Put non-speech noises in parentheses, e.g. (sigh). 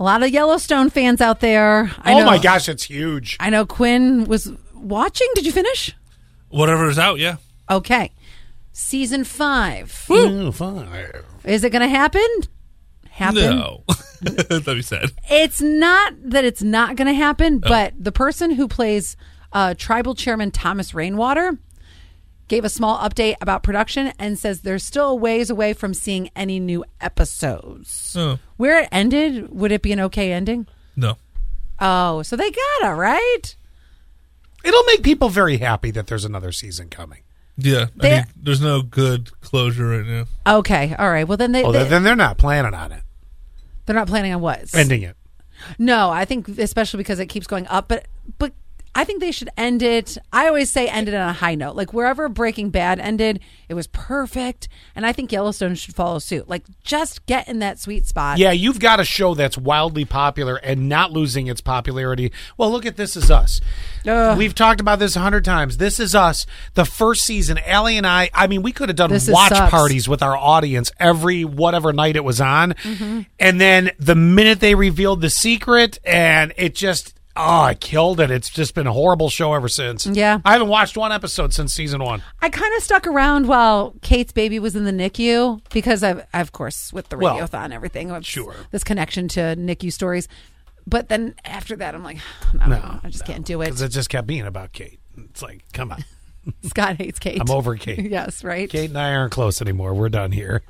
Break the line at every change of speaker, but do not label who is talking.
A lot of Yellowstone fans out there. I
oh
know,
my gosh, it's huge.
I know Quinn was watching. Did you finish?
Whatever's out, yeah.
Okay. Season five.
Ooh, Oh, fine.
Is it going to happen? Happen?
No. (laughs) That'd be sad.
It's not that it's not going to happen,
Oh.
but the person who plays uh, tribal chairman Thomas Rainwater gave a small update about production and says they're still a ways away from seeing any new episodes.
Hmm.
Oh,
Where it ended, would it be an okay ending?
no.
Oh, so they got it, right?
It'll make people very happy that there's another season coming.
Yeah. I
They-
mean, there's no good closure right now.
Okay, all right. Well, then they,
Oh,
they,
then they're not planning on it,
they're not planning on what?
ending it.
No, I think especially because it keeps going up, but but I think they should end it. I always say end it on a high note. Like wherever Breaking Bad ended, it was perfect, and I think Yellowstone should follow suit. Like just get in that sweet spot.
Yeah, you've got a show that's wildly popular and not losing its popularity. Well, look at This Is Us. We've talked about this a hundred times. This Is Us, the first season, Allie and I, I mean, we could have done
This Is
watch
Sucks.
parties with our audience every whatever night it was on.
Mm-hmm.
And then the minute they revealed the secret and it just, oh, it killed it. It's just been a horrible show ever since.
Yeah.
I haven't watched one episode since season one.
I kind of stuck around while Kate's baby was in the NICU because I, I of course, with the
Well,
radiothon and everything, it's-
sure.
this connection to NICU stories. But then after that, I'm like, (sighs) no, I just can't do
Because
it.
it just kept being about Kate. It's like, come on.
Scott hates Kate.
I'm over
(laughs)
Kate.
yes, right.
Kate and I aren't close anymore. We're done here.